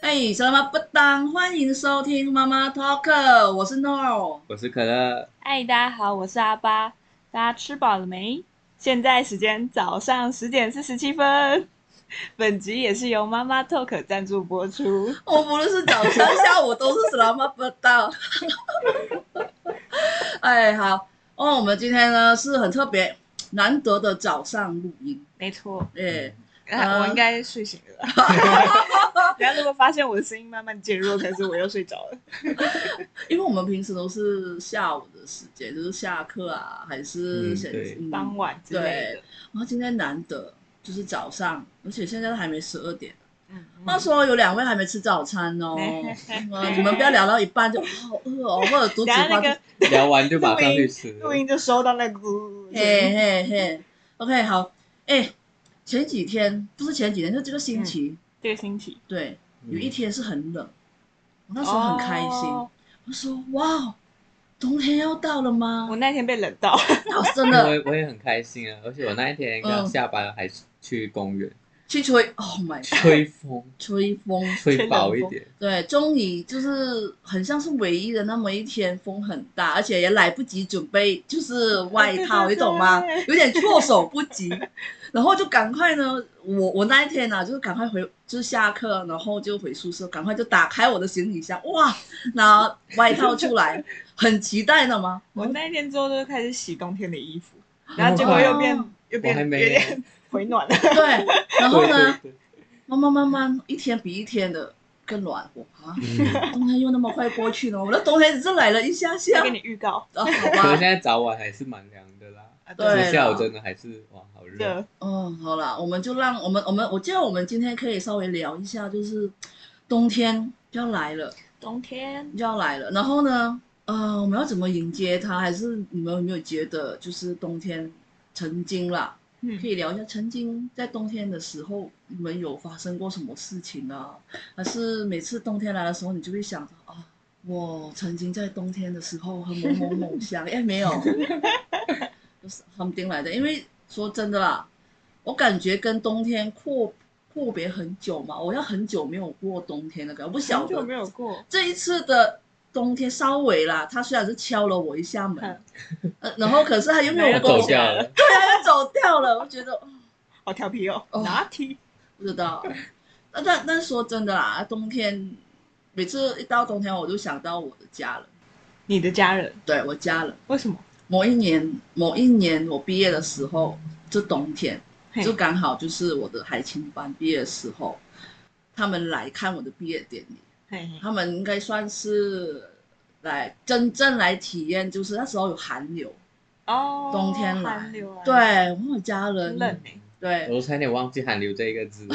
嗨，哎小妈不当，欢迎收听妈妈 Talk，我是 No。我是可乐，嗨，大家好，我是阿巴，大家吃饱了没？现在时间早上十点四十七分。 本集也是由妈妈 Talk 赞助播出。我无论是早上、下午都是什么不当。 哎，好，哦，我们今天呢是很特别、难得的早上录音，没错，哎，啊我应该睡醒了。 等下如果发现我的声音慢慢减弱，可能是我又睡着了。因为我们平时都是下午的时间，就是下课啊，还是嗯闲对嗯傍晚之类的。然后今天难得就是早上，而且现在都还没十二点。嗯，那时候有两位还没吃早餐 哦，嗯你们不要聊到一半就啊好饿哦，或者读菊等下花那就个聊完就马上去 吃。录音就收到那个咕噜嘿噜。嘿嘿，OK 好，哎、前几天不是前几天，就这个星期，这个星期对，嗯有一天是很冷，我那时候很开心，哦我说哇，冬天要到了吗我？那天被冷到，哦，真我的，也我也很开心啊，而且我那一嗯天刚下班还去公园去吹，Oh my god，吹风， 吹风，吹饱一点。对，终于就是很像是唯一的那么一天，风很大，而且也来不及准备就是外套，对对对你懂吗？有点措手不及，然后就赶快呢，我我那一天呢、啊，就是赶快回，就是下课，然后就回宿舍，赶快就打开我的行李箱，哇，拿外套出来，很期待的吗？我那天之后就开始洗冬天的衣服，然后结果又变哦啊我又变还有没，点回暖了。对，然后呢，对？对慢慢慢慢，一天比一天的更暖和啊，对 嗯冬天又那么快过去了，我的冬天只是来了一下下先，给你预告，啊，好可是吧现。在早晚还是蛮凉的啦，啊对其实下啦午真的还是哇好热。热，嗯，好啦，我们就让我们我们，我记得我们今天可以稍微聊一下，就是冬天就要来了，冬天就要来了。然后呢，呃，我们要怎么迎接它？还是你们有没有觉得，就是冬天曾经啦，嗯可以聊一下曾经在冬天的时候，你们有发生过什么事情啊？还是每次冬天来的时候，你就会想着啊，我曾经在冬天的时候和某某 某相，哎，没有，就是 something 来的。因为说真的啦，我感觉跟冬天阔阔别很久嘛，我要很久没有过冬天了，感觉我不晓很得久没有过，这一次的冬天稍微啦，他虽然是敲了我一下门嗯，呃，然后可是他又没有没要有跟我走走掉掉了了，他走掉了，我觉得嗯好调皮哦，哦拿踢，不知 道。那但但说真的啦，冬天每次一到冬天，我就想到我的家人，你的家人对我家人。为什么？某一年，某一年我毕业的时候，就冬天，嘿就刚好就是我的海青班毕业的时候，他们来看我的毕业典礼。嘿嘿他们应该算是来真正来体验，就是那时候有寒流，哦，冬天来寒流来，对，我有家人，嗯冷欸 对， 我差点忘记“寒流”这一个 字了，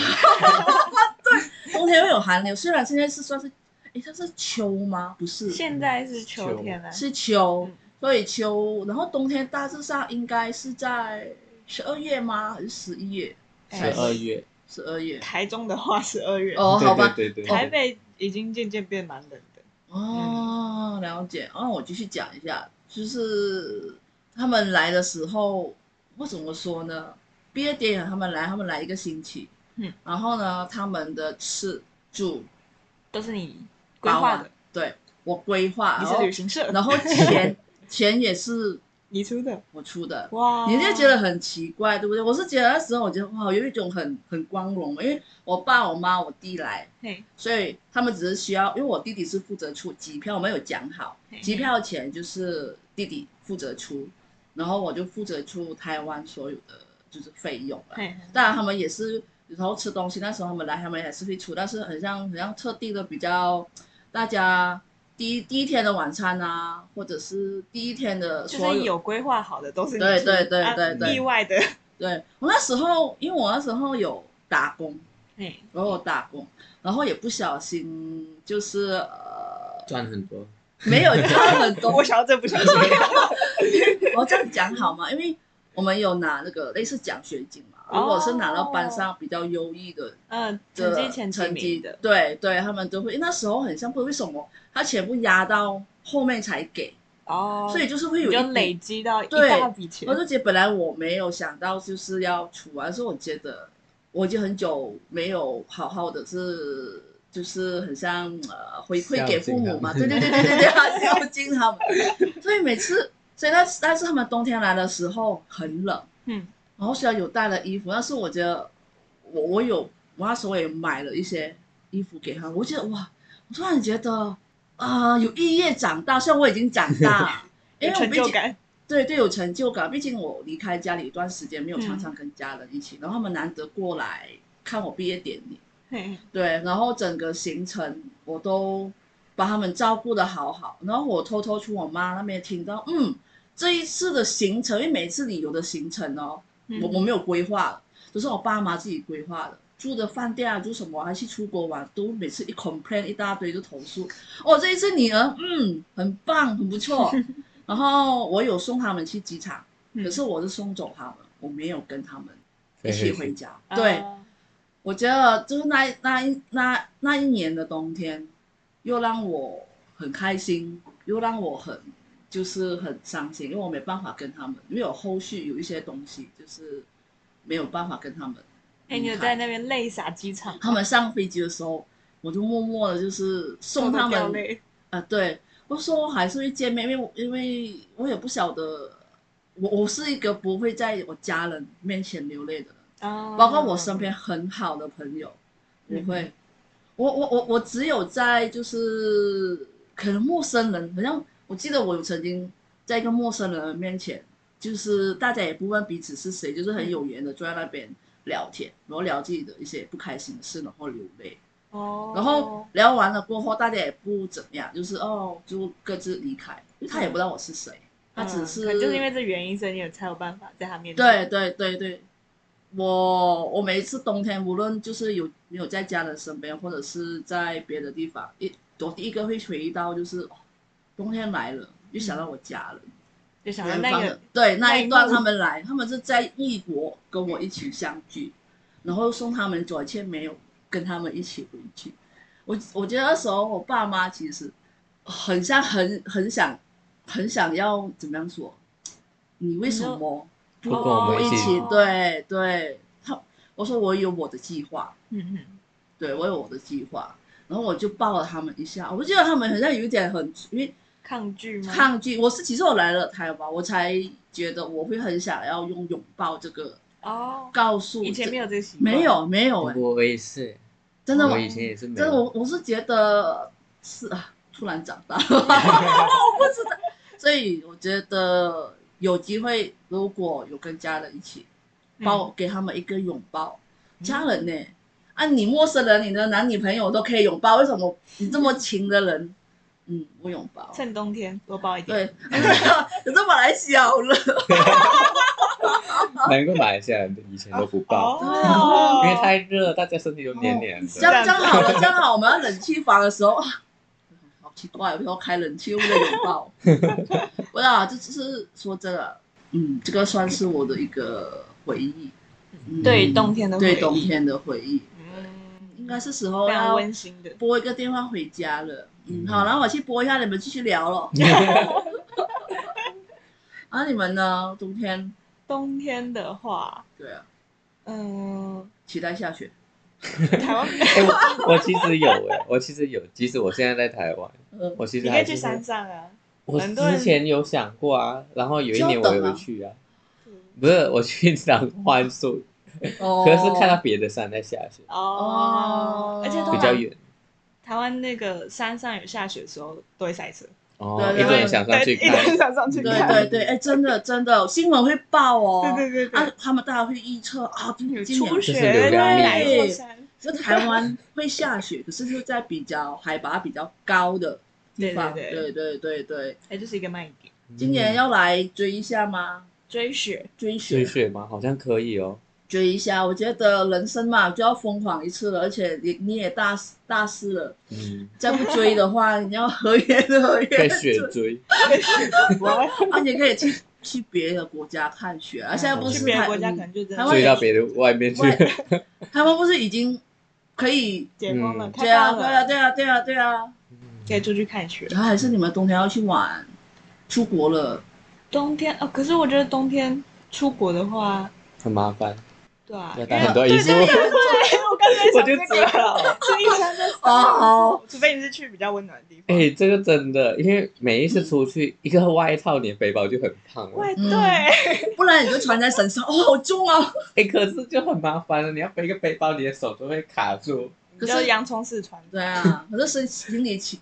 冬天会有寒流。虽然现在是算是，诶，它是秋吗？不是，现在是秋天了，是秋嗯，所以秋，然后冬天大致上应该是在十二月吗？还是十一月？哎十二月。十二月。台中的话十二月，哦，好吧，对对对，台北已经渐渐变蛮冷的，哦，了解。哦，我继续讲一下，就是他们来的时候，我怎么说呢？毕业典礼他们来，他们来一个星期，嗯，然后呢，他们的吃住都是你规包划啊的，，对我规划，你然是后旅行社，然后钱钱也是你出的，我出的，哇，你就觉得很奇怪，对不对？我是觉得那时候我觉得哇，有一种很很光荣，因为我爸、我妈、我弟来，嘿，所以他们只是需要，因为我弟弟是负责出机票，我们有讲好嘿，机票钱就是弟弟负责出，然后我就负责出台湾所有的就是费用了。嘿，当然他们也是有时候吃东西，那时候他们来他们也是会出，但是很像很像特地的比较，大家第一第一天的晚餐啊，或者是第一天的就所是有规划好的都是你对出对对啊对对意外的，对我那时候，因为我那时候有打工，嘿，我有打工，然后也不小心就是呃。赚很多，没有赚很多。 我想到这不小心，我这样讲好吗？因为我们有拿那个类似奖学金嘛，哦如果是拿到班上比较优异的嗯，成的绩前几成绩名的，对对，他们都会。因为那时候很像，不知道为什么他全部压到后面才给，哦，所以就是会你有就一累笔。积到一对大笔钱我，就觉得本来我没有想到就是要出啊，而是我觉得我已经很久没有好好的是。就是很像呃回馈给孝敬父母嘛，他对们对对对对对，他孝敬他们。所以每次，所以但是但是他们冬天来的时候很冷，嗯然后虽然有带了衣服，但是我觉得我我有我那时候也买了一些衣服给他，我觉得哇，我突然觉得啊、有意义长大，虽然我已经长大 了，因有为我成毕就竟感，对对，有成就感。毕竟我离开家里一段时间，没有常常跟家人一起，然后他们难得过来看我毕业典礼， 嘿对，然后整个行程我都把他们照顾的好好。然后我偷偷去我妈那边听到，嗯，这一次的行程，因为每一次旅游的行程哦，嗯我我没有规划，都是我爸妈自己规划的。住的饭店啊，住什么，还去出国玩，都每次一 complain 一大堆就投诉。哦，这一次女儿，嗯，很棒，很不 错。然后我有送他们去机场，嗯可是我是送走他们，我没有跟他们一飞起回回去家。对，啊我觉得就是那一那一那那一年的冬天，又让我很开心，又让我很就是很伤心，因为我没办法跟他们，因为有后续有一些东西就是没有办法跟他们哎、分你有开在那边泪洒机场吗，他们上飞机的时候，我就默默的就是 送痛得他掉们泪，啊，对，我说还是会见面，因为我因为我也不晓得，我我是一个不会在我家人面前流泪的人，包包括我身边很好的朋友，我嗯会，我我我我只有在就是可能陌生人，好像我记得我有曾经在一个陌生人的面前，就是大家也不问彼此是谁，就是很有缘的坐在那边聊天，然后聊自己的一些不开心的事，然后流泪。哦，然后聊完了过后，大家也不怎么样，就是哦，就各自离开，因为他也不知道我是谁，他只嗯是、可能就是因为这原因，所以你有才有办法在他面对前，对对对，我我每一次冬天，无论就是有没有在家人身边，或者是在别的地方，一我第一个会回忆到就是、哦、冬天来了，就想到我家人，就嗯想到远那方个的，对那那一一段幕他们来，他们是在异国跟我一起相聚，然后送他们走，却没有跟他们一起回去。我我觉得那时候我爸妈其实很像很很想很想要怎么样说，你为什么不跟我们一一起起？对对，他我说我有我的计划， 嗯嗯，对我有我的计划，然后我就抱了他们一下，我就觉得他们好像有一点很因为。抗拒吗？抗拒。我是其实我来了台湾，我才觉得我会很想要用拥抱这个哦，告诉以前这没有这个习惯，没有没有哎、我也是，真的吗我我以前也是没真的我有。我是觉得是啊，突然长大， 我不知道，所以我觉得有机会如果有跟家人一起嗯抱、给他们一个拥抱，嗯家人呢、啊，你陌生人，你的男女朋友都可以拥抱，为什么你这么亲的人，嗯，不拥抱？趁冬天多包一点，对， 可是马来西亚好热。难怪马来西亚人以前都不抱，哦，因为太热，大家身体都黏黏 这样的。这样好了，这样好，我们要冷气房的时候，啊好奇怪，有时候开冷气又为了拥 抱，不知道，这只是说真的，嗯，这个算是我的一个回忆，嗯对冬天的回忆对冬天的回忆，嗯，应该是时候非常要温馨的。拨一个电话回家了。嗯，嗯好，然后我去拨一下，你们继续聊咯。啊，你们呢？冬天，冬天的话，对啊， 嗯，期待下雪。台湾，哎，我我其实有哎，我其实有，即使我现在在台湾，呃，我其你实可还以去是山会上啊，我很多人之前有想过啊，然后有一年就我等啊有去啊，不是我去找换宿，哦可是看到别的山在下雪，哦哦，而且通比较常远台湾那个山上有下雪的时候都会塞车，哦对，对一直对很想上去对一直很看，想上去对看，对对，哎，真的真的，新闻会报哦。对对对啊，他们大家会预测啊，今对，年今初年雪雪对哪一座山？就台湾会下雪，可是就在比较海拔比较高的地方。对对对对对对哎，就是一个卖点，嗯今年要来追一下吗？追雪，追雪追雪吗？好像可以哦，追一下，我觉得人生嘛就要疯狂一次了，而且你你也大大四了，嗯，再不追的话，你要合约合约被雪追，而且可以去去别的国家看雪啊。嗯现在不是去别的台国家可能就台真的湾追也到别的外面去，外台湾不是已经可以？解封了，嗯开对啊放对啊了，对啊对啊对啊，哎可以出去看雪。然后还是你们冬天要去玩，出国了。冬天哦，可是我觉得冬天出国的话，很麻烦，对啊，要因带为很多衣服对，对对 对，我刚在我想就这知个，道。 所以一想在哦，除非你是去比较温暖的地哎、方。这个真的，因为每一次出去，一个外套连背包就很胖了喂，。嗯对，不然你就穿在身上，哦，好重啊！哎、可是就很麻烦了，你要背个背包，你的手都会卡住。可你是就洋葱式穿对啊，可是身心里起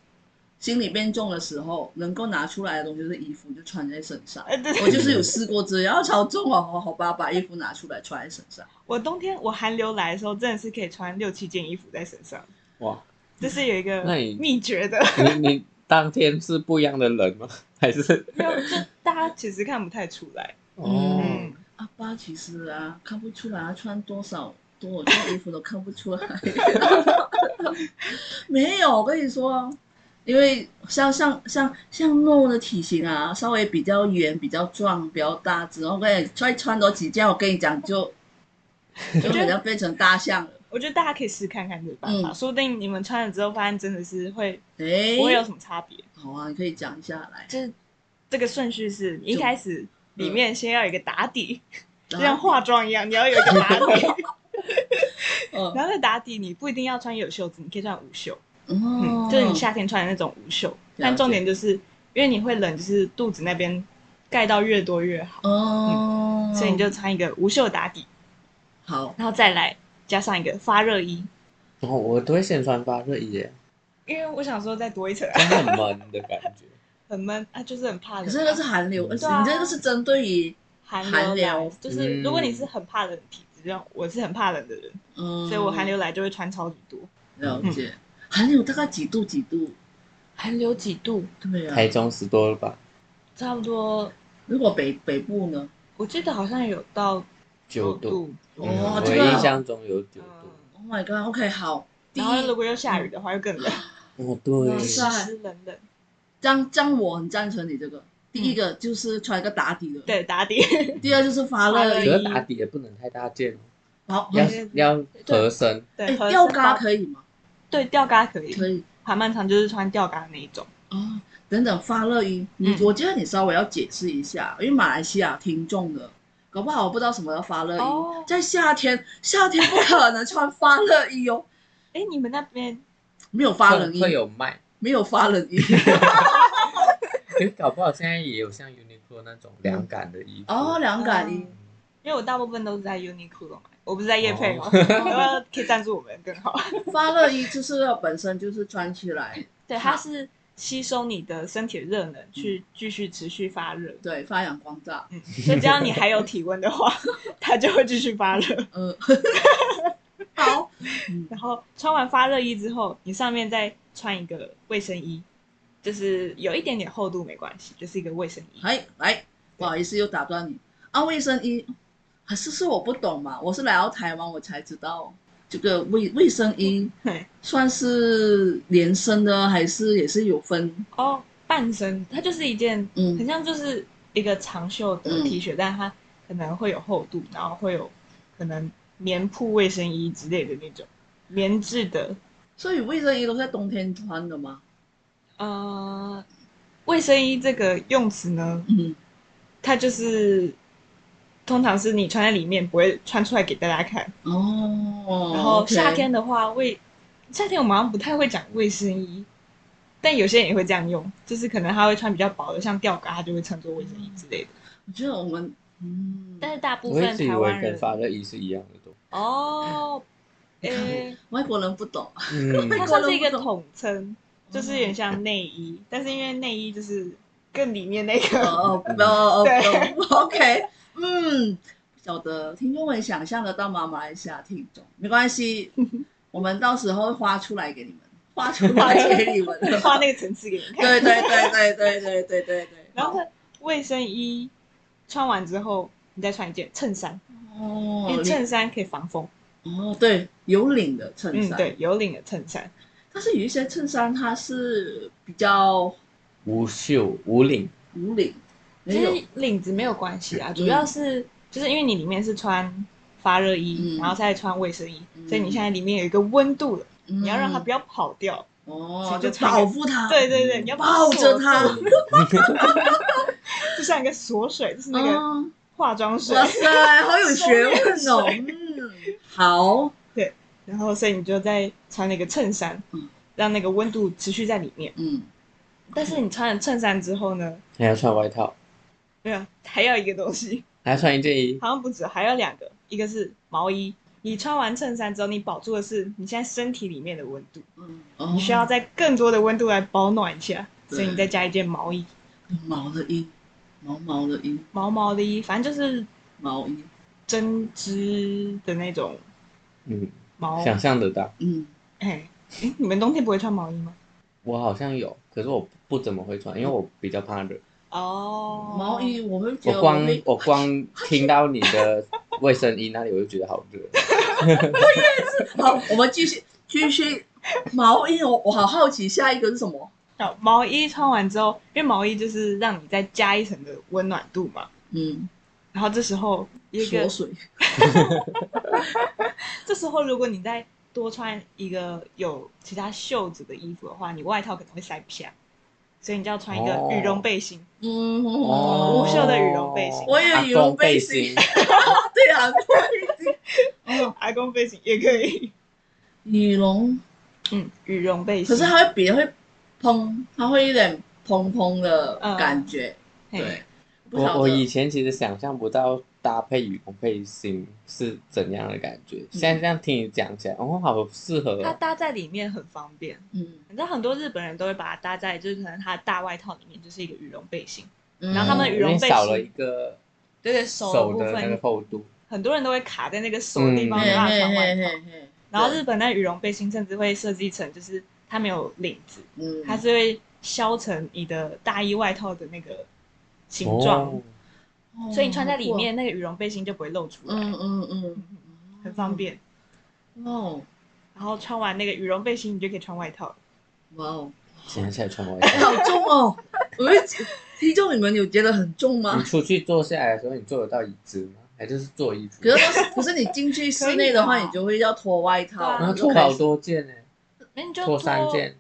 心里变重的时候，能够拿出来的东西就是衣服，就穿在身上。哎，对，我就是有试过这样，啊超重哦，好好吧，把衣服拿出来穿在身上。我冬天我寒流来的时候，真的是可以穿六七件衣服在身上，哇，这是有一个那你秘诀的。 你你当天是不一样的人吗？ 还是没有，就大家其实看不太出来。哦？嗯，阿爸其实啊，看不出来他穿多少多少件衣服都看不出来。 没有，我跟你说，因为像像像像诺的体型啊，稍微比较圆、比较壮、比较大只，我跟你再穿多几件，我跟你讲就就好像变成大象了。我觉得大家可以试看看这个办法，嗯说不定你们穿了之后发现真的是会哎 不，会有什么差别。好啊，你可以讲一下来。就是这个顺序是一开始里面嗯先要有一个打底，就然像后化妆一样，你要有一个打底，嗯然后那打底你不一定要穿有袖子，你可以穿无袖，嗯哦，就是你夏天穿的那种无袖。但重点就是因为你会冷，就是肚子那边盖到越多越好，哦，嗯所以你就穿一个无袖打底，好，然后再来加上一个发热衣，哦，我都会先穿发热衣耶，因为我想说再多一层啊。 真的很闷的感觉。很闷啊，就是很怕冷啊。可是那个是寒流，而且对啊你这个是针对于寒流寒来流就是如果你是嗯很怕冷的体质，像我是很怕冷的人，嗯，所以我寒流来就会穿超级多。了解，寒流大概几度几度？寒流几度？对台啊，中十多了吧？差不多，如果北北部呢？我记得好像有到九度。度。嗯哦我这个印象中有九嗯度。 Oh my god，OK，好，第然后如一，果又下雨的话，又更冷，哦，哇对，是湿啊湿冷冷。这样这样我很赞成你这个。第一个就是穿一个打底的，，嗯对，打底。第二就是发热可衣，是打底也不能太大件哦，好，要对要合身。哎 对，，合吊身嘎包可以吗？对吊嘎可以。可以韩漫长就是穿吊嘎那一种。哦。等等，发热衣，你嗯我觉得你稍微要解释一下，因为马来西亚听众的，搞不好我不知道什么叫发热哦衣，在夏天，夏天不可能穿发热衣哦，哎，你们那边没有发冷会衣，哦会有卖，没有发冷 衣。因为搞不好现在也有像 Uniqlo 那种凉感的衣服。哦，凉感衣嗯，因为我大部分都是在 Uniqlo 买，我不是在夜配哦哦，然后可以赞 助我们更好。发热衣就是要本身就是穿起来， 对，它好是吸收你的身体的热能，去嗯继续持续发热。对，发扬光大。 嗯，所以只要你还有体温的话， 它就会继续发热。 嗯，好，嗯然后穿完发热衣之后，你上面再穿一个卫生衣，就是有一点点厚度没关系，就是一个卫生衣。来哎来，不好意思又打断你啊，卫生衣还是是我不懂嘛，我是来到台湾我才知道这个卫卫生衣对，算是连身的还是也是有分？哦，半身它就是一件，嗯很像就是一个长袖的嗯 T 恤，但它可能会有厚度，然后会有可能棉铺卫生衣之类的那种棉质的所以卫生衣都是在冬天穿的吗？呃，卫生衣这个用词呢，嗯，它就是通常是你穿在里面，不会穿出来给大家看。哦，然后 OK 夏天的话，卫夏天我们好像不太会讲卫生衣，但有些人也会这样用，就是可能他会穿比较薄的，像吊嘎，他就会穿作卫生衣之类的。我觉得我们嗯，但是大部我一分直以台为湾跟人发热衣是一样的都。哦，诶，外国人不懂，嗯，它算是一个统称，就是有点哦像内衣，但是因为内衣就是更里面那个。 哦哦哦对哦，OK，嗯，不晓得听众们想象得到吗？马来西亚听众没关系，我们到时候会画出来给你们，画出来给你们。画那个层次给你看。对对对对对对对对对。然后卫生衣穿完之后，你再穿一件衬衫，因哦为，衬衫可以防风。哦对，有领的衬嗯，衫，对，有领的衬衫。但是有一些衬衫它是比较 无袖无领，无领，其没有实领子没有关系啊，嗯主要是就是因为你里面是穿发热衣，嗯然后再穿卫生衣，嗯所以你现在里面有一个温度了，你你要让它不要跑掉。哦，就就穿一保个护它，对对对，嗯你要把它抱着锁住，它。就像一个锁水，就是那个哦化妆水哇。塞，好有学问哦！嗯，好，对，然后所以你就再穿了一个衬衫嗯，让那个温度持续在里面。嗯，但是你穿了衬衫之后呢， 还要穿外套，没有，还要一个东西，还要穿一件衣，好像不止，还有两个，一个是毛衣。你穿完衬衫之后，你保住的是你现在身体里面的温度，你你需要在更多的温度来保暖一下，对所以你再加一件毛衣，毛的衣，毛毛的衣，毛毛的衣，反正就是毛衣，针织的那种嗯，毛。想象得到。嗯，哎，哎，你们冬天不会穿毛衣吗？我好像有，可是我不怎么会穿，因为我比较怕热。哦，毛衣，我会觉我得光会我光听到你的卫生衣那里，我就觉得好热。好，我们继续继续毛衣，我我好好奇下一个是什么？好哦毛衣穿完之后，因为毛衣就是让你再加一层的温暖度嘛。嗯，然后这时候一个锁，水，这时候如果你再多穿一个有其他袖子的衣服的话，你外套可能会塞啪，所以你就要穿一个哦羽绒背心，嗯，哦，无袖的羽绒背心我也有羽绒背心阿公背对啊，对哦，阿公背心也可以。羽绒，嗯，羽绒背可心。是它会别会蓬，它会有点蓬蓬的感觉，嘿 对，不晓我得我以前其实想象不到搭配羽绒背心是怎样的感觉，现在这样听你讲起来，哦，好适合它哦。搭在里面很方便。嗯你知道很多日本人都会把它搭在，就是可能他的大外套里面就是一个羽绒背心，嗯，然后他们羽因为绒背少了心一个对对，手的部的那个嗯分，厚度，很多人都会卡在那个手的地方嘿没办法嘿穿外嘿套。嘿嘿，然后日本那羽绒背心甚至会设计成，就是它没有领子，嗯，它是会削成你的大衣外套的那个形状，哦哦所以你穿在里，面，那个羽绒背心就不会露出来，嗯嗯嗯，很方便。哇哦，然后穿完那个羽绒背心，你就可以穿外套了。哇哦，想起来穿外哎，套。好重哦，我会听众你们有觉得很重吗你？出去坐下来的时候，你坐得到椅子吗？还就是坐椅子？可是可是你进去室内的话，可以吧你就会要脱外套，然后啊就脱开始好多件呢，那你就脱三件，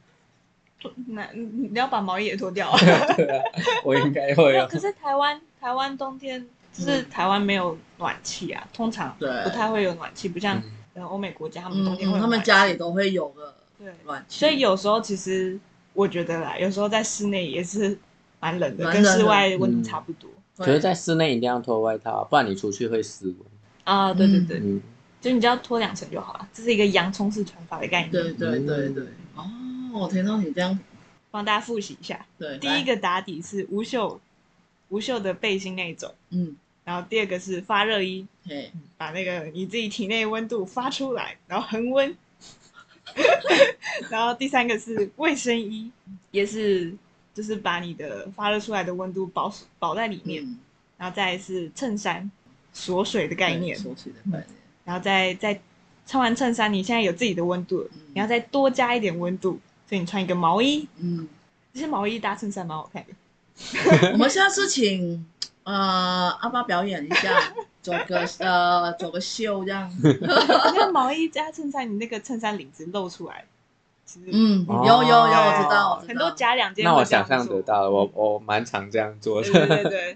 脱，那你你要把毛衣也脱 掉啊。对啊，我应该会没有哦可。是台湾台湾冬天就是啊嗯台湾没有暖气啊，通常对不太会有暖气，不像嗯呃欧美国家他嗯们冬，天会有嗯他们暖家气里都会有个对，暖气，所以有时候其实我觉得啦，有时候在室内也是蛮冷的，蛮冷跟的嗯室外温度差不多可是，在室内一定要脱外套啊，不然你出去会失温。啊。对对嗯对，嗯，就你只要脱两层就好了，这是一个洋葱式穿法的概对念，对对对，哦，我听到你这样，帮大家复习一下。对，第来一，个打底是无袖无袖的背心那一种，嗯，然后第二个是发热衣，嘿，把那个你自己体内温度发出来，然后恒温。 然后第三个是卫生衣，也是就是把你的发热出来的温度保保在里面。嗯然后再来是衬衫锁水的概念对，说起的概念，然后再再穿完衬衫，你现在有自己的温度了，嗯你要再多加一点温度，所以你穿一个毛衣，嗯，其实毛衣搭衬衫蛮好看的。 我们下次请呃阿爸表演一下，走个呃走个秀这样，那毛衣加衬衫，你那个衬衫领子露出来，其实嗯，哦有有有，我知道，我知道很多假两件那会我这样想做。象得到了，我我蛮常这样做对。的。对对对，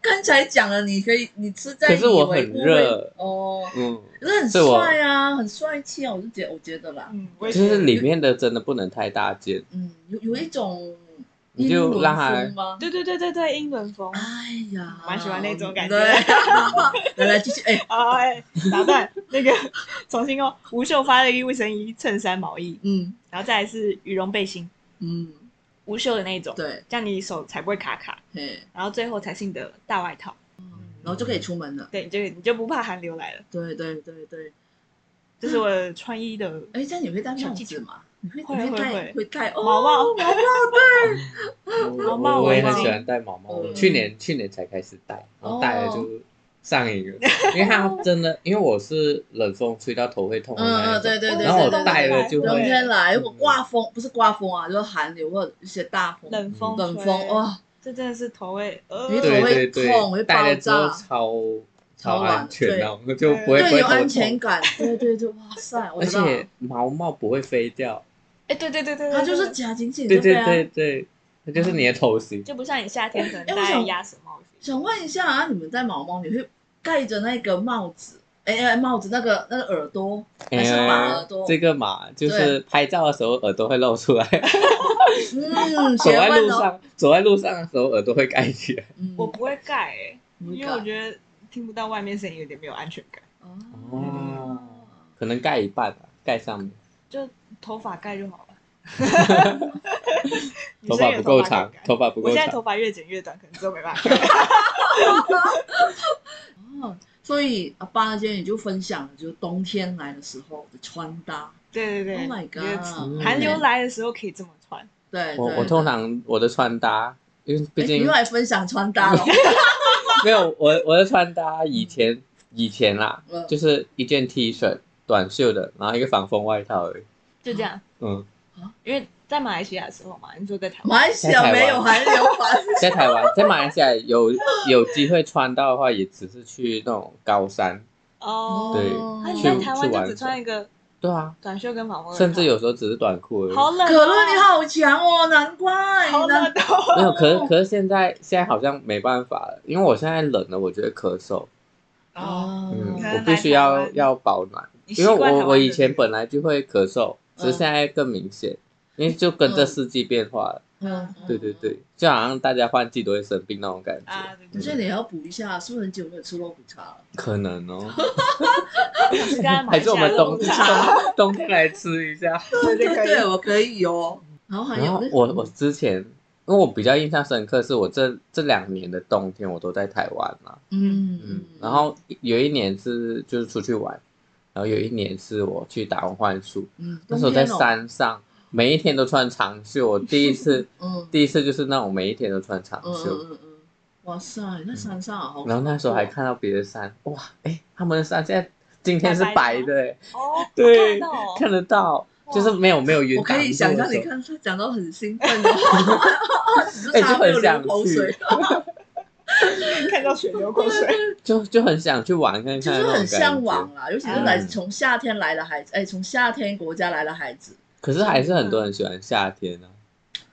刚才讲了，你可以，你是在可是以我为很误会热哦，嗯，可是很是我帅啊，很帅气啊，我是觉我觉得啦，嗯，我 就也觉得是里面的真的不能太大件，嗯，有有一种你就英伦让它风吗？对对对对对，英伦风。哎呀，蛮喜欢那种感觉对， 来来继续，哎，啊，哎，打断那个，重新哦，无袖发热衣、卫生衣、衬衫、毛衣，嗯然后再来是羽绒背心，嗯，无袖的那一种，对，这样你手才不会卡卡，嘿，然后最后才是你的大外套，然后就可以出门了，对，你就你就不怕寒流来了。对对对对，这是我的穿衣的哎，这样你会戴小帽技子巧吗？你会会你会戴会会戴哦，毛帽， 我毛毛我我也很围巾喜欢戴毛嗯毛，哦我去年去年才开始戴，然后戴了就上瘾了，因为它真的，因为我是冷风吹到头会痛的那一嗯种嗯，对对对，然后我对对戴对了就冬会天来，如嗯果刮风不是刮风啊，就是寒流或者一些大风、冷风冷吹风，哇，这真的是头位，呃，你头对对会痛对，会戴了爆之后炸超超超软安全哦，就对不会不对，会有头安痛全 感，对对对，哇塞，我而知道了，且毛毛不会飞掉，哎，对对对对，对它就对是夹紧紧对对对啊。对对，那就是你的头型。就不像你夏天可能哎我戴想鸭舌帽，想问一下啊，你们戴毛毛，你会盖着那个帽子？哎哎，帽子那个那个耳朵，嗯还是把耳哎朵，，这个嘛，就是拍照的时候耳朵会露出来，嗯， 走学在啊问路哦，上，走在路上的时候耳朵会盖起来。嗯我不会盖、欸，不会因为盖我觉得听不到外面声音有点没有安全感，哦，可能盖一半吧，盖上面。就头发盖就好了。 女头生发有不够头发长可以盖，头发不我够现在头长。发越剪越短，可能之后没 办法盖。哦，所以阿爸那天你就分享了，就是冬天来的时候的穿搭，对对对 Oh my 我觉得 god 寒流来的时候可以这么穿。嗯对，我对我通常我的穿搭，因为对毕哎竟你又来分享穿搭 了，没有我我的穿搭以前以前啦，嗯就是一件 T 恤短袖的，然后一个防风外套而已。就这样，嗯，因为在马来西亚的时候嘛，你说在台湾，马来西亚没有韩流 版，在台 湾，在马来西亚有有机会穿到的话，也只是去那种高山。哦，对那你去在哦台湾就只穿一个对啊，短袖跟毛毛，甚至有时候只是短裤而 已。好冷哦，可乐你好强哦，难怪，好冷难哦，没有，可是可是现在现在好像没办法了，因为我现在冷了，我觉得咳嗽，哦，哦嗯，可能我必须来台要湾要保暖，你习因为惯台湾的嗯我我以前这个本来就会咳嗽，只是现在更明显，因为就跟着嗯四季变化了，嗯，对对对，就好像大家换季都会生病那种感觉，嗯啊，对我对觉对，得你要补一下，是不是很久没有吃肉骨茶了？可能 哦，是刚才 马还来西是我亚们的冬午冬茶，冬天来吃一 下。对对对对对，，我可以哦。然后还然有后我我之前，因为我比较印象深刻，是我这这两年的冬天我都在台湾嘛，嗯嗯，然后有一年是就是出去玩，然后有一年是我去打工换宿，嗯，那时候在冬天哦，山上，每一天都穿长袖。我第一次，嗯第一次就是那种每一天都穿长嗯袖。嗯嗯嗯，哇塞，那山上好，嗯然后那时候还看到别的山，哇，哎，他们的山现在今天是白的，哎，哦，对看到 哦看得到，哇就是没有没有云我可以挡想住象的你时候，看他讲到很兴奋 哦，只是 哎，他就没有很流想口去水，，看到血流口水，就就很想去玩看看，就是很向往。啦，尤其是来嗯从夏天来的孩子，哎，从夏天国家来的孩子，可是还是很多人喜欢夏天啊，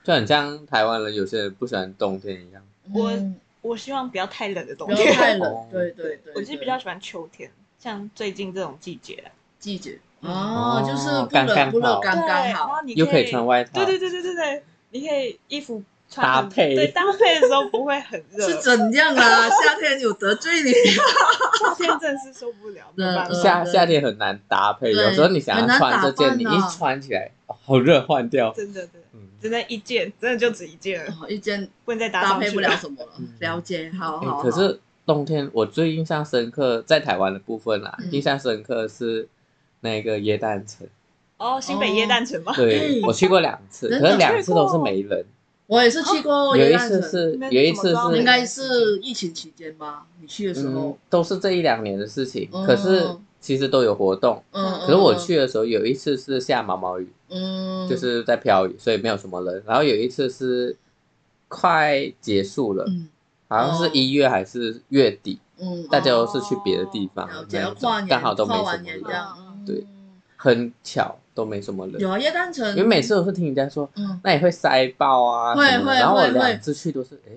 就很像台湾人有些人不喜欢冬天一样。我嗯我希望不要太冷的冬不要天，太哦冷，对对对，我其实比较对喜欢秋天，像最近这种季节啦，季节嗯哦，就是哦不冷刚不热好刚对刚然好，后你又可以穿外套，对对对对对对，你可以衣服穿搭很配对搭配的时候不会很热，是怎样 啦？夏天有得罪你？夏天真的是受不了，没嗯办嗯法，夏对夏天很难搭配，对有时候你想要穿这件，很你难打扮啊一穿起来，哦好热，换掉。真的真的嗯，只能一件，真的就只一件了，哦一件不能再搭搭上配去不了什么了嗯，了解，好诶好。可好是冬天我最印象深刻，在台湾的部分啦，嗯印象深刻是那个椰蛋城，哦，新北耶诞城吗？ 对嗯我去过两次，真的可是两次都是没人，我也是去过哦有耶一诞次哦城，是你们有一次怎么知道是应该是疫情期间吧？你去的时嗯候，都是这一两年的事情，嗯可是其实都有活动。嗯，可是我去的时候有一次是下毛毛雨，嗯，嗯，就是在飘雨，所以没有什么人。然后有一次是快结束了，嗯好像是一月还是月底，嗯，大家都是去别的地方哦了，解那要一跨种年，刚好都没跨什完么年人这，样，对嗯，很巧都没什么有人。啊，耶诞城，因为每次我是听人家说，嗯，那也会塞爆啊会什么的，会然后我会会两次去都是，哎，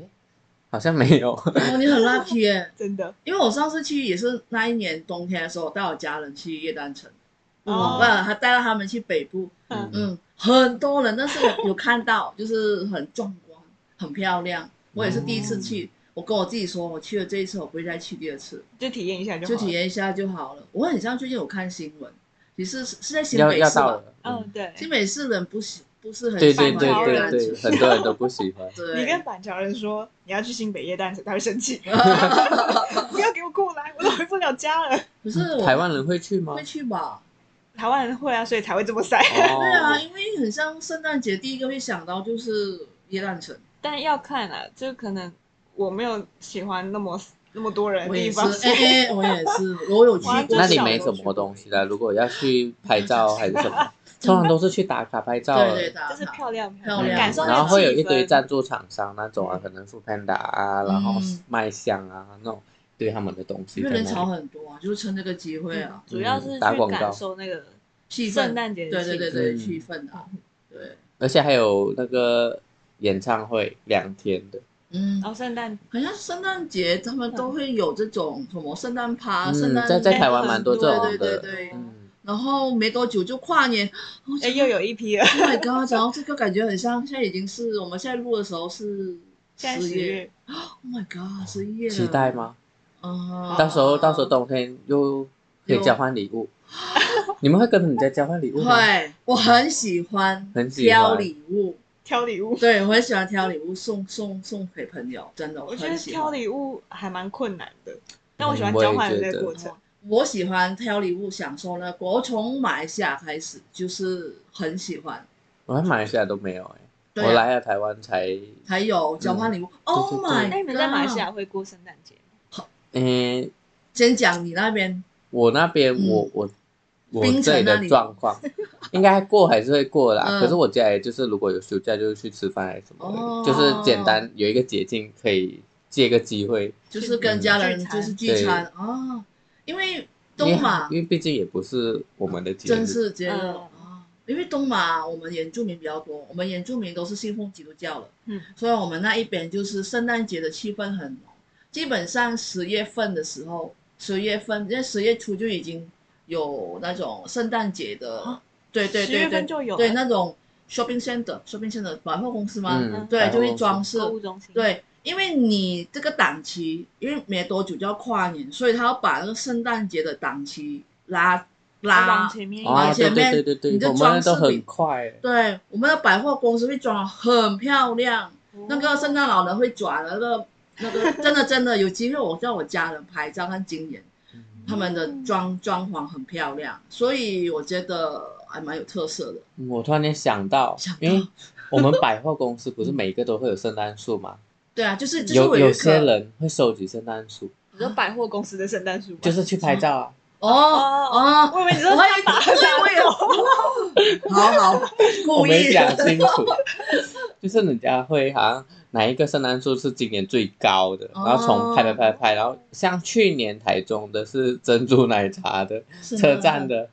好像没有。哦，你很 lucky 耶，真的，因为我上次去也是那一年冬天的时候，我带我家人去耶诞城，哦嗯，还带了他们去北部，嗯嗯 嗯，很多人，但是我有看到，就是很壮观，很漂亮。我也是第一次嗯去，我跟我自己说，我去了这一次，我不会再去第二次，就体验一下嗯就好就了体。验一下就好了。我很像最近有看新闻，其实是是在新要北要市到吧？了，嗯，嗯，对，新北市人不喜不是很对喜对欢对板桥对 人对，啊很多人都不喜欢。对，你跟板桥人说你要去新北耶诞城，他会生 气， 不要给我过来，我都回不了家了。可是我台湾人会去吗会？去吧？台湾人会啊，所以才会这么塞。哦 对啊，因为很像圣诞节，第一个会想到就是耶诞城，但要看啊，就可能我没有喜欢那么那么多人我的也地是，方，所以哎哎，我也是，我有去 哇过，那真里小没的什去么过东西的。如果要去拍 照还是什么，通常都是去打卡拍照对了。对打 就是卡漂亮哎漂亮感受那然后个会有气一堆氛赞助厂商那种啊嗯，可能富潘达啊，然后麦香啊那种对他们的东嗯西因在为那里。人潮很多啊，就是趁这个机会啊，主要是去嗯打广告感受那个气氛嗯圣诞节的对对气氛。对对，嗯气氛啊，对，而且还有那个演唱会两天的，嗯然，后圣诞好像圣诞节他们都会有这种什么圣诞趴、圣诞嗯在在台湾很蛮多这种对对的，对对，嗯，然后没多久就跨年，我觉哎得又有一批了， Oh my god！然后这个感觉很像，现在已经是我们现在录的时候是现在10十月， Oh my god！十一月了期待？吗？嗯，到时候到时候冬天又可以交换礼 物，你们会跟人家交换礼物吗？会，我很喜欢很喜欢挑礼物，挑礼物，对我很喜欢挑礼物送送送给朋友，真的，我觉很得喜挑欢。礼物还蛮困难的，但我喜欢嗯我也交换的觉这个得过程。我喜欢挑礼物，享受那个。我从马来西亚开始就是很喜欢，我在马来西亚都没有哎，对我啊、来了台湾才，还有交换礼物。oh 对对 my！对那哎你们在马来西亚会过圣诞节吗？嗯，先讲你那边我那边嗯我我我槟城这里那的里状 况，应该过还是会过啦。嗯可是我家里就是如果有休假就是去吃饭还是什么的，哦就是简单有一个捷径可以借个机会，就是嗯跟家人聚餐就是聚餐啊、哦，因为因为东马因为毕竟也不是我们的节正日，式节日嗯啊、因为东马我们原住民比较多，我们原住民都是信奉基督教的，嗯，所以我们那一边就是圣诞节的气氛很浓。基本上十月份的时候，十月份因为十月初就已经有那种圣诞节的，啊对对10对月份对，就有对了那种 shopping center shopping center 百货公司吗？嗯，对，百就货会公司装饰购物中心，对，因为你这个档期，因为没多久就要跨年，所以他要把那个圣诞节的档期拉它哦往拉。前面一啊，往点对前面对对对你对，就我们那都装饰很品快欸，对，我们的百货公司会装得很漂亮，那个圣诞老人会转那个那 个，真的真的有机会，我叫我家人拍照看今年他们的嗯装装潢很漂亮，所以我觉得还蛮有特色的。嗯我突然间想到，想到因为我们百货公司不是每一个都会有圣诞树 嘛，对啊，就是就是有我有一些颗人会收集圣诞树，你说百货公司的圣诞树吗就是去拍照啊。哦哦哦，我以为你我说还他把以为有，好好 我 故没意讲 清楚，就是人家会好像哪一个圣诞树是今年最高的，哦然后从拍拍拍拍，然后像去年台中的是珍珠奶茶的，车站的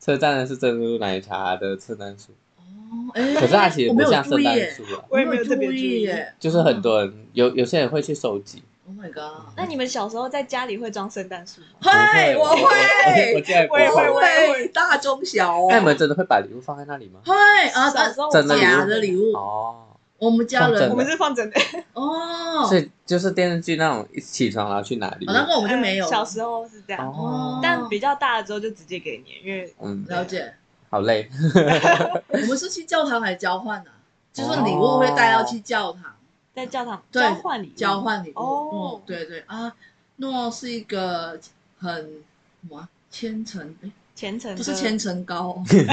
车站的是珍珠奶茶的圣诞树，哦，哎，可是它其实我不没有像注圣意诞耶，树啊，我也没有有特别注意意。耶，就是很多人有有些人会去收集， Oh my god！那你们小时候在家里会装圣诞树吗？会，我我我我会，竟然不我也会会我会，大中小哦那你。们真的会把礼物放在那里吗？会啊，小时候真的那礼物假的礼物，哦，我们家放真人的我们是放真的，哦所，以就是电视剧那种一起床然后去拿礼物哦，那个我们就没有嗯 小时候是这样，哦，但比较大了之后就直接给你，因为嗯，了解，好累。我们是去教堂来交换的，就是礼物会带到去教堂在教堂对交换礼物，交换礼物。哦嗯对对啊，诺是一个很什么啊虔诚哎。虔诚的不是虔诚高，虔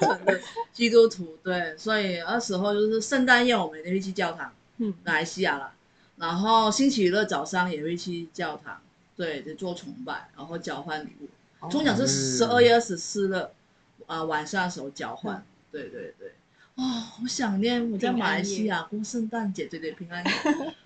诚的基督徒。对，所以那时候就是圣诞夜，我们也会去教堂，嗯，马来西亚啦。然后星期六早上也会去教堂，对，就做崇拜，然后交换礼物。哦通常嗯是十二月二十四日啊晚上的时候交换。对对对。哦，好想念我在马来西亚过圣诞节，对对，平安夜。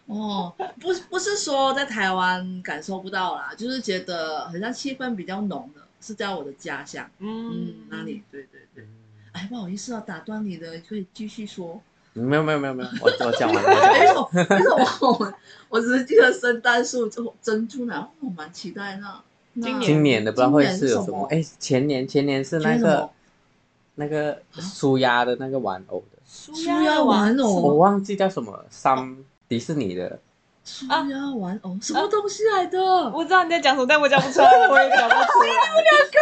哦，不是不是说在台湾感受不到啦，就是觉得好像气氛比较浓的，是在我的家乡。嗯，哪里？？对对对。哎，不好意思啊，打断你的，可以继续说。嗯没有没有没有没有，我我讲完了。 我为讲什 么？为完了什么我们我只是记得圣诞树就珍珠奶，我蛮期待那那今今年的不知道会是有今年是什什么么？哎，前年前年是那前年什个么啊那个舒压的那个玩偶的，苏苏亚玩什偶我么忘记叫什么，三迪士尼的， 苏亚玩偶什么东西来的？我知道你在讲什么，但我讲不出来， 我也讲不出来。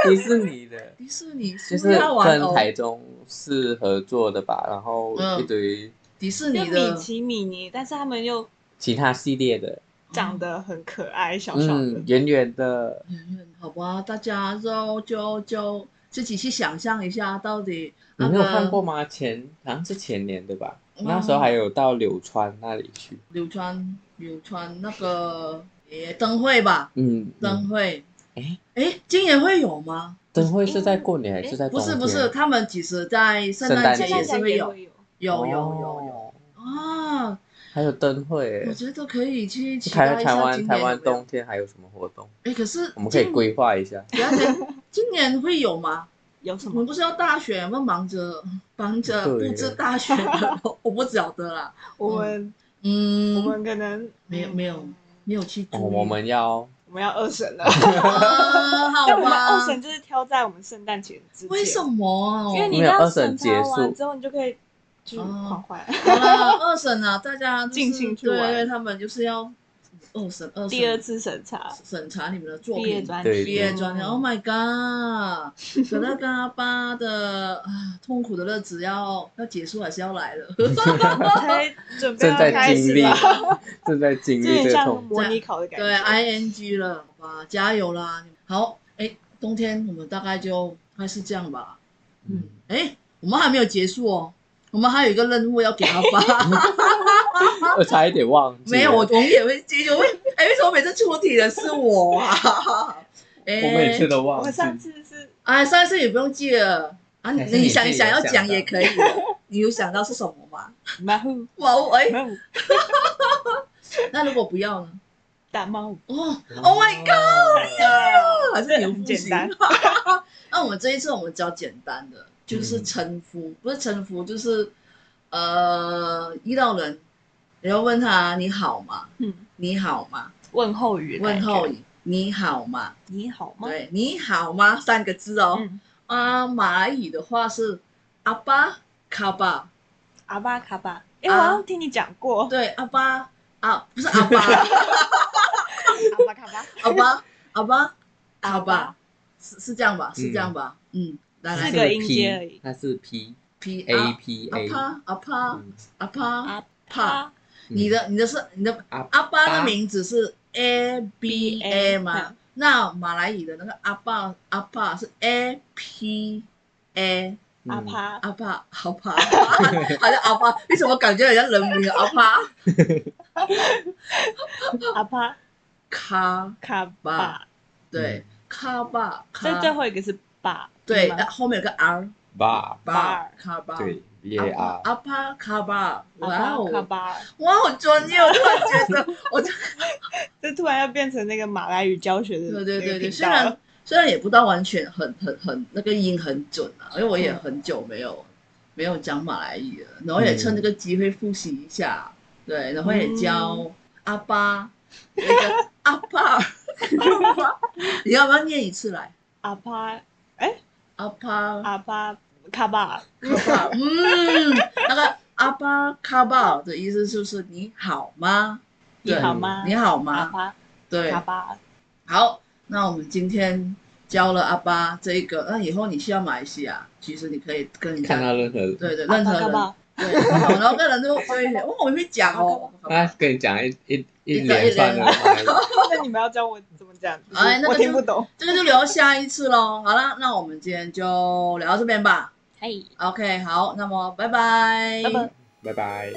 迪士尼的，迪士尼就苏是亚玩跟偶，台中市合作的吧，然后嗯一堆迪士就尼米的奇、米妮，但是他们又其他系列嗯的，长得很可爱，小小嗯的，。圆圆的，圆圆，好吧，大家就就就自己去想象一下，到底你那没有看过个吗？前好像是前年的吧，嗯那时候还有到柳川那里去，柳川柳川那个诶灯会吧，嗯，嗯灯会，哎哎，今年会有吗？灯会是在过年还是在不冬是天？不是，他们其实在圣圣诞诞节节现也在是才会也有会有，有有有有哦啊！还有灯会我欸。觉得可以去期台待一台下湾今台年湾有没有冬。嗯天还有什么活动？哎，可是我们可以今规划一下。不要紧今年会有吗？有什我么们？不是要大选，我们忙着忙着对 布置大选了，我不晓得啦。我们我嗯，们可能没有没有嗯没有去注哦，意我们要我们要二 审了。啊，好但我们二吧？审就是挑在我们圣诞节之前，为什？么？因为你没有要二审审查结完束之后，你就可以去狂欢。好啦，哦二审啊，大家就是尽兴去对玩对，他们就是要二审二审第二次审查审查你们的作毕品，业专毕对题，业专题。Oh my god！可那嘎巴的 啊，痛苦的日子要要结束还是要来 了？才准备正要在开经始历吧，正在经有历点这个像痛。模拟考的感觉。对，ing 了，好吧，加油啦！好，哎，冬天我们大概就还是这样吧。嗯嗯，，哎，我们还没有结束哦，我们还有一个任务要给他 发。 我差一点忘记了。没有，我我们也会继续。为哎，为什么每次出题的是我 啊？哎，我每次都忘我记。们上次是哎，上一次也不用记了啊，你还是你你想自一己想有要想讲到也可以的。你有想到是什么吗？马虎哇，哎，马虎那如果不要呢？大猫，哦，Oh my god！ god！还是你很们简单， 那我们这一次我们比较简单的，就是臣服，不是臣服，就是呃，遇到人，你要问他你好吗？嗯，你好吗？问候语的感问觉，候语，你好吗？你好吗？对，你好吗？三个字哦。嗯，啊，马来语的话是阿巴卡巴，阿巴卡巴，哎，我好像听你讲过，啊对，阿巴啊，不是阿巴。阿巴卡巴，阿巴阿巴阿巴阿巴，是是这样吧？是这样吧？嗯，来它来四是个音阶而已 P，它是 P P A 阿 P 阿 A。帕阿帕嗯阿帕，阿帕，啊你的你的是你的阿阿巴的名字是 A B A 嘛嗯？那马来语的那个阿爸阿爸是 A P A 阿，嗯帕，阿爸阿 爸，好像阿爸，你怎么感觉好像人名的阿爸阿巴嗯卡？卡巴巴，嗯对，卡爸所以最卡，后一个是巴，对，是吗后面有个 R 巴，爸卡爸。对，B A 阿 R，阿帕卡巴，哇阿巴卡哦，巴，哇，好专业！我突然觉得，我真这突然要变成那个马来语教学的对那对个对对，频虽道然了虽然也不到完全很很很那个音很准啊，因为我也很久没有没有讲马来语了，然后也趁这个机会复习一嗯下，对，然后也教阿巴那个阿巴，阿巴你要不要念一次来？阿巴阿巴阿巴卡巴，卡巴，嗯，那个阿巴卡巴的意思就是你好吗？你对好吗？你好阿吗？巴对卡，巴，好，那我们今天教了阿巴这一个，那以后你去到马来西亚，其实你可以跟人看家到任何人，对对阿任何巴卡人巴， 对，然后任何人都会哦，我会讲哦。他啊跟你讲一一一一个连串的马来语。那你们要教我怎么讲？就是哎那个我听就不懂。这个就留下一次喽。好了，那我们今天就聊到这边吧。嘿， OK，好，那么拜拜，拜拜。拜拜。